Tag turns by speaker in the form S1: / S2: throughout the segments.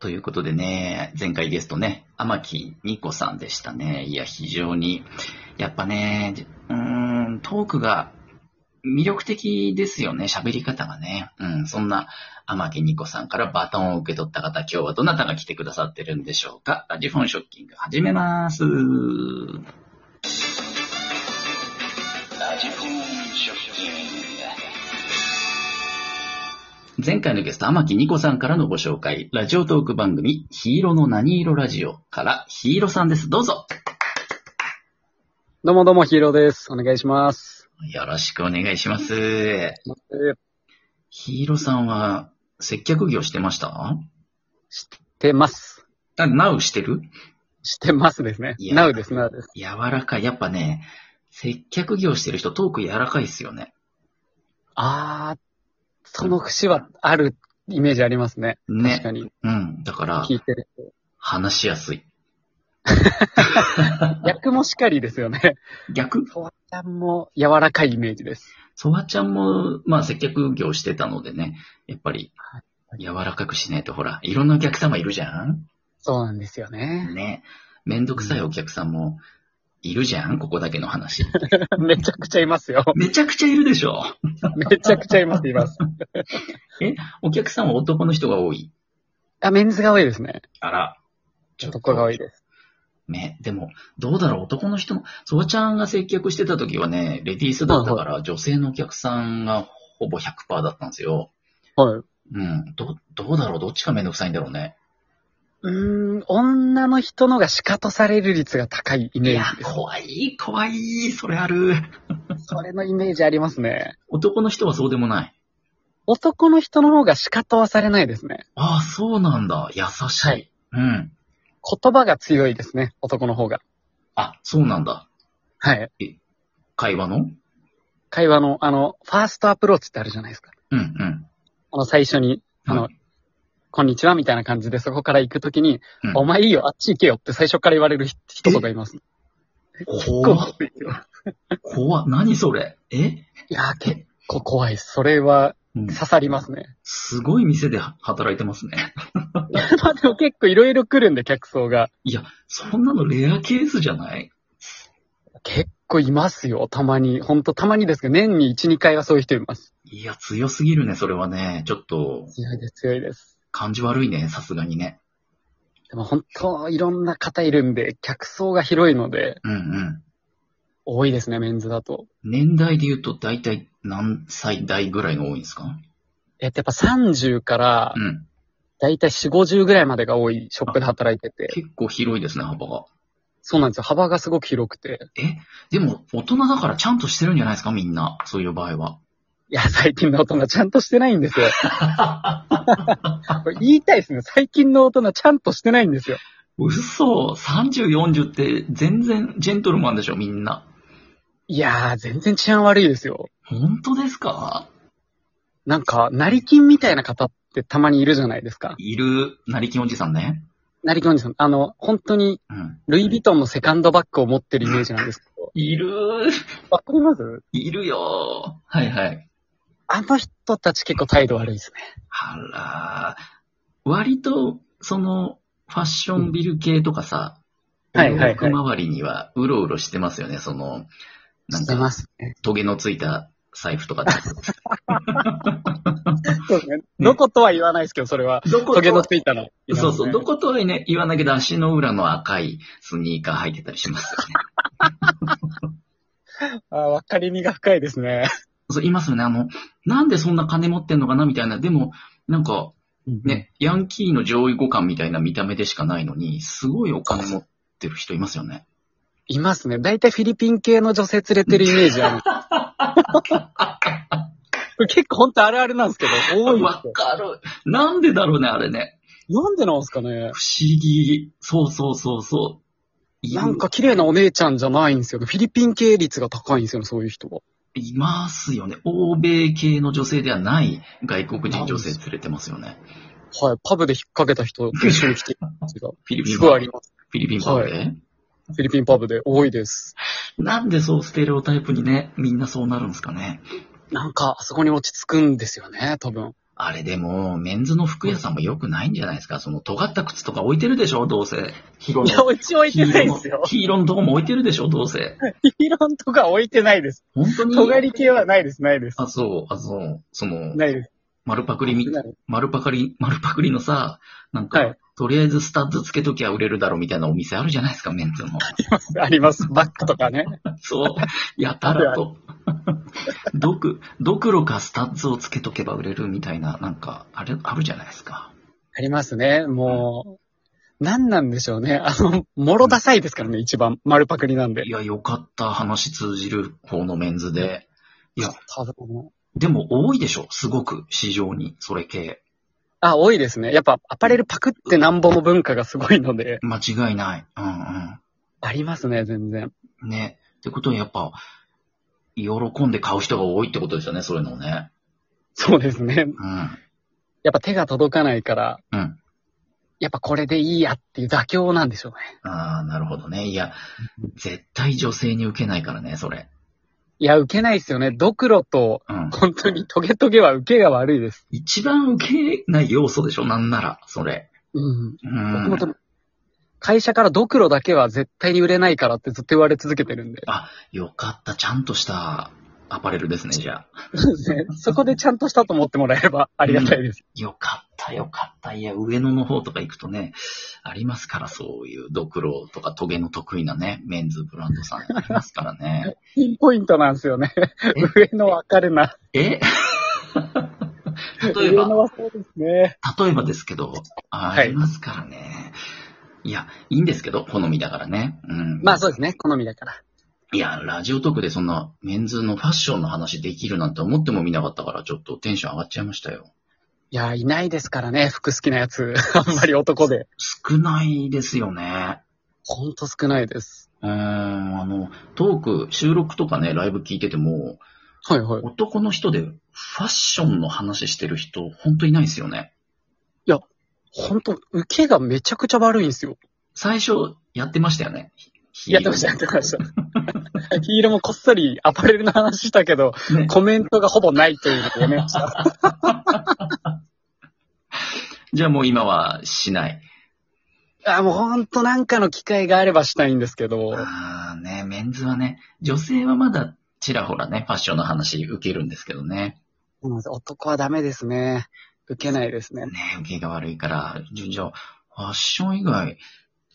S1: ということでね、前回ゲストね、天木二子さんでしたね。いや、非常に、やっぱね、うーん、トークが魅力的ですよね、喋り方がね。うん、そんな天木二子さんからバトンを受け取った方、今日はどなたが来てくださってるんでしょうか。ラジフォンショッキング始めます。ラジフォンショッキング。前回のゲスト、天木二子さんからのご紹介、ラジオトーク番組、ヒーローの何色ラジオから、ヒーローさんです。どうぞ
S2: どうもどうも、ヒーローです。お願いします。
S1: よろしくお願いします。
S2: えー
S1: ヒーローさんは、接客業してました
S2: してます。
S1: あ、ナウしてる
S2: してますですね
S1: い。や
S2: なうです、なうです。
S1: 柔らかい。やっぱね、接客業してる人、トーク柔らかいっすよね。
S2: あー、その節はあるイメージありますね。確
S1: ね
S2: か。に。
S1: うん。だから
S2: 聞、いてる。
S1: 話しやすい。
S2: 逆もしかりですよね。
S1: 逆
S2: フォアちゃんも柔らかいイメージです。
S1: ソワちゃんも、まあ、接客業してたのでね、やっぱり
S2: は、
S1: 柔らかくしないと、ほら、いろんなお客様いるじゃん
S2: そうなんですよね。
S1: ね、めんどくさいお客さんもいるじゃんここだけの話。
S2: めちゃくちゃいます よ。
S1: めちゃくちゃいるでしょ
S2: めちゃくちゃいます、います。
S1: お客さんは男の人が多い。
S2: あ、メンズが多いですね。
S1: あら、
S2: 男が多いです。
S1: ね、でも、どうだろう男の人も、そばちゃんが接客してた時はね、レディースだったから、女性のお客さんがほぼ100%だったんですよ。
S2: はい。
S1: うん、ど、どうだろうどっちがめんどくさいんだろうね。
S2: うーん、女の人のが仕方される率が高いイ
S1: い
S2: メ
S1: や
S2: ージで、す。
S1: 怖い、怖い、それある。
S2: それのイメージありますね。
S1: 男の人はそうでもない。
S2: 男の人の方が仕方はされないですね。
S1: ああ、そうなんだ。優し。
S2: はい
S1: うん。
S2: 言葉が強いですね、男の方が。
S1: あ、そうなんだ。
S2: はい。
S1: 会話の
S2: 会話の、あの、ファーストアプローチってあるじゃないですか。
S1: うん、うん。
S2: あの、最初に、あの、こんにちはみたいな感じでそこから行くときに、
S1: うん
S2: お前いいよ、あっち行けよって最初から言われる人一言がいます。
S1: 怖っ
S2: 結構きついですよ
S1: 怖っ何それえ
S2: いやー、結構怖いです。それは
S1: うん
S2: 刺さりますね。
S1: すごい店で働いてますね。
S2: まあでも結構いろいろ来るんで、客層が。
S1: いや、そんなのレアケースじゃない
S2: 結構いますよ、たまに。ほんとたまにですけど、年に1、2回はそういう人います。
S1: いや、強すぎるね、それはね。ちょっと、
S2: 強いです、強いです。
S1: 感じ悪いね、さすがにね。
S2: でも本当、いろんな方いるんで、客層が広いので、
S1: うんうん。
S2: 多いですね、メンズだと。
S1: 年代で言うと大体何歳代ぐらいが多いんですか
S2: えっとやっぱ30から
S1: う、ん。
S2: だいたい4、50ぐらいまでが多いショップで働いてて、
S1: 結構広いですね、幅が。
S2: そうなんですよ。幅がすごく広くて。
S1: でも、大人だからちゃんとしてるんじゃないですか、みんな。そういう場合は。
S2: いや、最近の大人ちゃんとしてないんですよ。 これ言いたいですね。最近の大人ちゃんとしてないんですよ。
S1: 嘘 !30、40って全然ジェントルマンでしょ、みんな。
S2: いやー、全然治安悪いですよ。
S1: 本当ですか
S2: なんか、成金みたいな方ってたまにいるじゃないですか。
S1: いる、なりきおじさんね。
S2: 成金おじさん、あの、本当に、
S1: うん。
S2: ルイ・ヴィトンのセカンドバッグを持ってるイメージなんですけど。
S1: いる、
S2: わかります
S1: いるよー。はいはい。
S2: あの人たち結構態度悪いですね。
S1: あらー、割と、その、ファッションビル系とかさ、
S2: うんはいはいはい
S1: 洋服周りには、うろうろしてますよね、その、なん
S2: して
S1: か、
S2: ますね。
S1: トゲのついた財布と かで。
S2: そうですね。どことは言わないですけど、それは。
S1: ど
S2: トゲのついたの。
S1: そうそう、ど
S2: こ
S1: ことはね、言わないけど、足の裏の赤いスニーカー履いてたりしますよね。
S2: あーわかりみが深いですね。
S1: そう、いますよね。あの、なんでそんな金持ってんのかなみたいな。でも、なんか、ね、ヤンキーの上位互換みたいな見た目でしかないのに、すごいお金持ってる人いますよね。
S2: いますね。だいたいフィリピン系の女性連れてるイメージあ る。これ結構ほんとあるあるなんですけど、多いんで
S1: わ
S2: すよ。
S1: かる。なんでだろうね、あれね。
S2: なんでなんですかね。
S1: 不思議。そうそうそうそう。いる
S2: なんか綺麗なお姉ちゃんじゃないんですよね。フィリピン系率が高いんですよね、そういう人は。
S1: いますよね。欧米系の女性ではない外国人女性連れてますよね。
S2: はい。パブで引っ掛けた人と一緒に来てる感 じが。
S1: フィリピン
S2: す
S1: パ
S2: ごいあ
S1: ブ
S2: り
S1: で。
S2: ます。
S1: フィリピンパブで、
S2: フィリピンパブで多いです。
S1: なんでそうステレオタイプにね、みんなそうなるんですかね。
S2: なんか、あそこに落ち着くんですよね、多分。
S1: あれでも、メンズの服屋さんも良くないんじゃないですかその尖った靴とか置いてるでしょどうせ。黄色
S2: いや、
S1: の。
S2: うち置いて
S1: 黄
S2: ない
S1: 色
S2: ですよ
S1: の、。黄色のとこも置いてるでしょどうせ。
S2: ヒロンとか置いてないです。
S1: 本当に。
S2: 尖り系はないです、ないです。
S1: あ、そう、あ、そう、その、
S2: ないです。
S1: 丸パクリみ、丸パクリ、丸パクリのさ、なんか、
S2: はい
S1: とりあえずスタッズつけときゃ売れるだろうみたいなお店あるじゃないですか、メンズの。
S2: あります。バッグとかね。
S1: そう、やたらと。 ドク、ドクロかスタッズをつけとけば売れるみたいな、なんか、あれ、あるじゃないですか。
S2: ありますね。もう、何なんでしょうね。あの、もろダサいですからね、一番。丸パクリなんで
S1: い。や、よかった、話通じる方のメンズで。いや、
S2: 多分
S1: でも多いでしょ、すごく、市場に、それ系。
S2: あ、多いですね。やっぱ、アパレルパクってなんぼの文化がすごいので、
S1: 間違いない。うんうん。
S2: ありますね、全然。
S1: ね。ってことはやっぱ、喜んで買う人が多いってことですよね、そういうのをね。
S2: そうですね。
S1: うん。
S2: やっぱ手が届かないから、
S1: うん。
S2: やっぱこれでいいやっていう妥協なんでしょうね。
S1: ああ、なるほどね。いや、絶対女性に受けないからね、それ。
S2: いや、受けないですよね。ドクロと、
S1: うん。
S2: 本当にトゲトゲは受けが悪いです。
S1: 一番受けない要素でしょ、なんなら、それ。
S2: うん。
S1: うん。
S2: 僕もでも会社からドクロだけは絶対に売れないからってずっと言われ続けてるんで。
S1: よかった、ちゃんとしたアパレルですね、じゃあ。
S2: そうですね。そこでちゃんとしたと思ってもらえればありがたいです。
S1: よかった、よかった。いや、上野の方とか行くとね、ありますから、そういう、ドクロとかトゲの得意なね、メンズブランドさんありますからね。
S2: ピンポイントなんですよね
S1: え。
S2: 上の分かれな。
S1: え 例
S2: 上
S1: えば、
S2: のはそうですね。
S1: 例えばですけど、あ
S2: はい
S1: りますからね。いや、いいんですけど、好みだからね。うん。
S2: まあそうですね。好みだから。
S1: いや、ラジオトークでそんなメンズのファッションの話できるなんて思ってもみなかったから、ちょっとテンション上がっちゃいましたよ。
S2: いや、いないですからね。服好きなやつ。 あんまり男で。
S1: 少ないですよね。
S2: ほんと少ないです。
S1: うーん、あの、トーク、収録とかね、ライブ聞いてても、
S2: はいはい。
S1: 男の人でファッションの話してる人、ほんといないですよね。
S2: ほんと、受けがめちゃくちゃ悪いんですよ。
S1: 最初、やってましたよね。
S2: やってました、やってました。ヒーローもこっそりアパレルの話したけど、
S1: ね
S2: コメントがほぼないというのをやめました。
S1: じゃあもう今はしない。
S2: あ、もうほんとなんかの機会があればしたいんですけど、
S1: ああね、メンズはね、女性はまだちらほらね、ファッションの話受けるんですけどね。
S2: そうなんです男はダメですね。受けないですね
S1: ね。、受けが悪いから、じゃじゃあ、ファッション以外、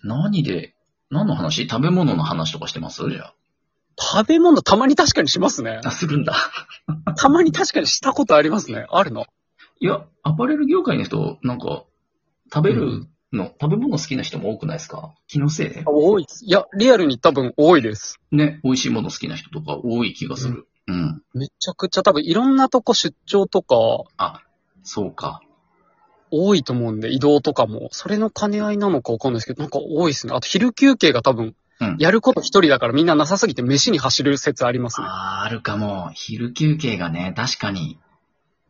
S1: 何で、何の話食べ物の話とかしてますじゃ
S2: 食べ物たまに確かにしますね
S1: あ。。あ、するんだ。
S2: たまに確かにしたことありますね。あるの。
S1: いや、アパレル業界の人、なんか、食べるの、食べ物好きな人も多くないですか気のせい
S2: 多い。いや、リアルに多分多いです。
S1: ね、美味しいもの好きな人とか多い気がする。うん。
S2: めちゃくちゃ多分いろんなとこ出張とか
S1: そうか。
S2: 多いと思うんで、移動とかも。それの兼ね合いなのかわかんないですけど、なんか多いですね。あと昼休憩が多分
S1: うん、
S2: やること一人だからみんななさすぎて飯に走る説ありますね。
S1: ああ、あるかも。昼休憩がね、確かに。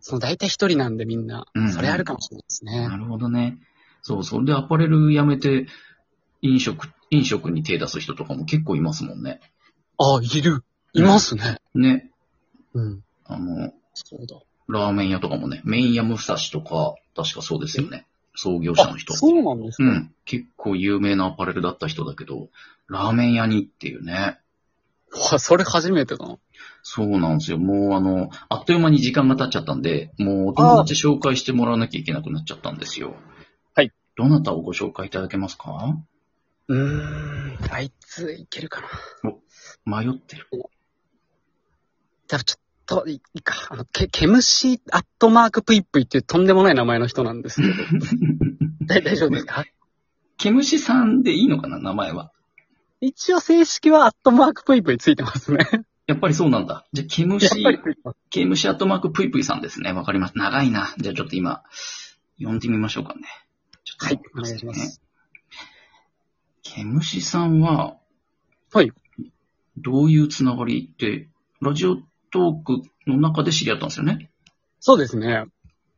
S2: その大体一人なんでみんな
S1: うん。
S2: それあるかもしれないですね
S1: な。るほどね。そう、それでアパレルやめて、飲食、飲食に手出す人とかも結構いますもんね。
S2: あ、いる。いますね。
S1: ね。
S2: うん。
S1: あの、
S2: そうだ。
S1: ラーメン屋とかもね、麺屋武蔵とか、確かそうですよね。創業者の人。
S2: そうなんです
S1: う
S2: か、
S1: ん。結構有名なアパレルだった人だけど、ラーメン屋にっていうね。
S2: わそれ初めてだな。
S1: そうなんですよ。もうあの、あっという間に時間が経っちゃったんで、もうお友達紹介してもらわなきゃいけなくなっちゃったんですよ。
S2: はい。
S1: どなたをご紹介いただけますか
S2: うーん。あいつ、いけるかな。
S1: 迷ってる。
S2: じゃあちょっと、いいいか。あの、ケ、ケムシアットマークプイプイっていうとんでもない名前の人なんです けど。大大丈夫ですか
S1: ケムシさんでいいのかな、名前は。
S2: 一応正式はアットマークプイプイついてますね。
S1: やっぱりそうなんだ。じゃあ、ケム
S2: やっ
S1: シ
S2: ぱ、りついてます。
S1: ケムシアットマークプイプイさんですね。わかります。長いな。じゃあちょっと今、呼んでみましょうかね。ちょっと
S2: はい、お願いしま
S1: ね
S2: す。
S1: ケムシさんは、
S2: はい。
S1: どういうつながりって、ラジオトークの中で知り合ったんですよね。
S2: そうですね。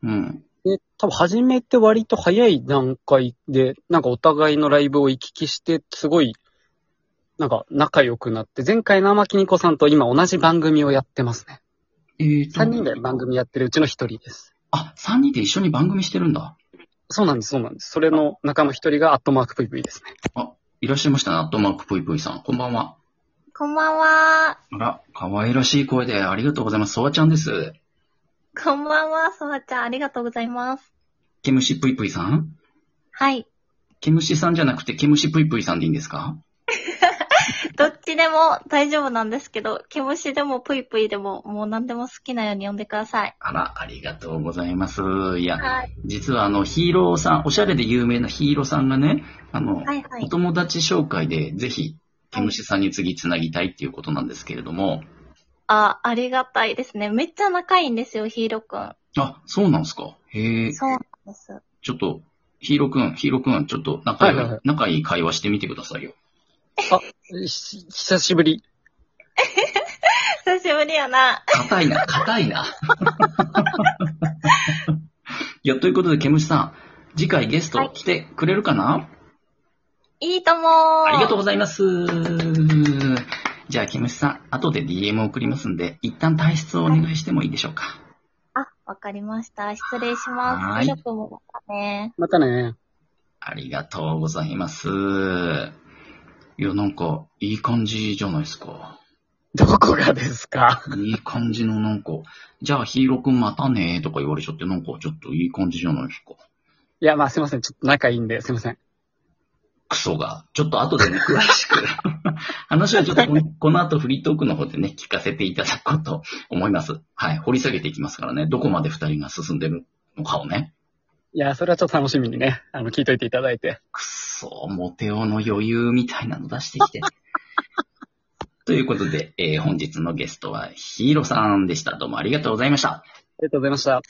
S1: うん。
S2: で、多分始めて割と早い段階で、なんかお互いのライブを行き来して、すごい、なんか仲良くなって、前回の天木ニコさんと今同じ番組をやってますね。
S1: えーと
S2: 3人で番組やってるうちの1人です。
S1: あ、3人で一緒に番組してるんだ。
S2: そうなんです、そうなんです。それの仲間一人がアットマーク VV ですね。
S1: いらっしゃいましたね、アットマークぷいぷいさん。こんばんは。
S3: こんばんは。
S1: あら、可愛らしい声でありがとうございます。ソワちゃんです。
S3: こんばんは、そわちゃん。ありがとうございます。
S1: ケムシぷいぷいさん
S3: はい。
S1: ケムシさんじゃなくて、ケムシぷいぷいさんでいいんですか
S3: どっちでも大丈夫なんですけど、毛虫でもぷいぷいでも、もう何でも好きなように呼んでください。
S1: あら、ありがとうございます。いや、
S3: はい。
S1: 実はあの、ヒーローさん、おしゃれで有名なヒーローさんがね、あの、
S3: はいは
S1: お
S3: い。
S1: 友達紹介で、ぜひ、ケムシさんに次つなぎたいっていうことなんですけれども、
S3: あ、ありがたいですね。めっちゃ仲いいんですよ、ヒーロー
S1: あ、そうなんですか。へ
S3: く
S1: え
S3: ん。、そうなんです。
S1: ちょっと、ヒーローくん、ヒーローくん、ちょっと仲良い、
S2: はいはいはい
S1: 仲いい会話してみてくださいよ。
S2: ひ久しぶり。
S3: 久しぶりやな。
S1: 硬いな、 硬いな。いや、ということで、ケムシさん、次回ゲスト来てくれるかな、
S3: いいとも
S1: ありがとう
S3: う。
S1: ございます。じゃあ、ケムシさん、後で DM を送りますんで、一旦退出をお願いしてもいいでしょうか。
S3: あ、わかりました。失礼します。
S1: はーい
S3: ヒーローくんもまたね。
S2: またね。
S1: ありがとうございます。いや、なんか、いい感じじゃないですか。
S2: どこがですか
S1: いい感じのなんか、じゃあヒーローくんまたねーとか言われちゃって、なんかちょっといい感じじゃないですか。
S2: いや、まあすいません。ちょっと仲いいんで、すいません。
S1: クソが。ちょっと後でね、詳しく。 話はちょっとこのこの後フリートークの方でね、聞かせていただこうと思います。はい。掘り下げていきますからね、どこまで二人が進んでるのかをね。
S2: いや、それはちょっと楽しみにね、あの、聞いといていただいて。
S1: くそ、モテオの余裕みたいなの出してきて。ということで、えー本日のゲストはヒーローさんでした。どうもありがとうございました。
S2: ありがとうございました。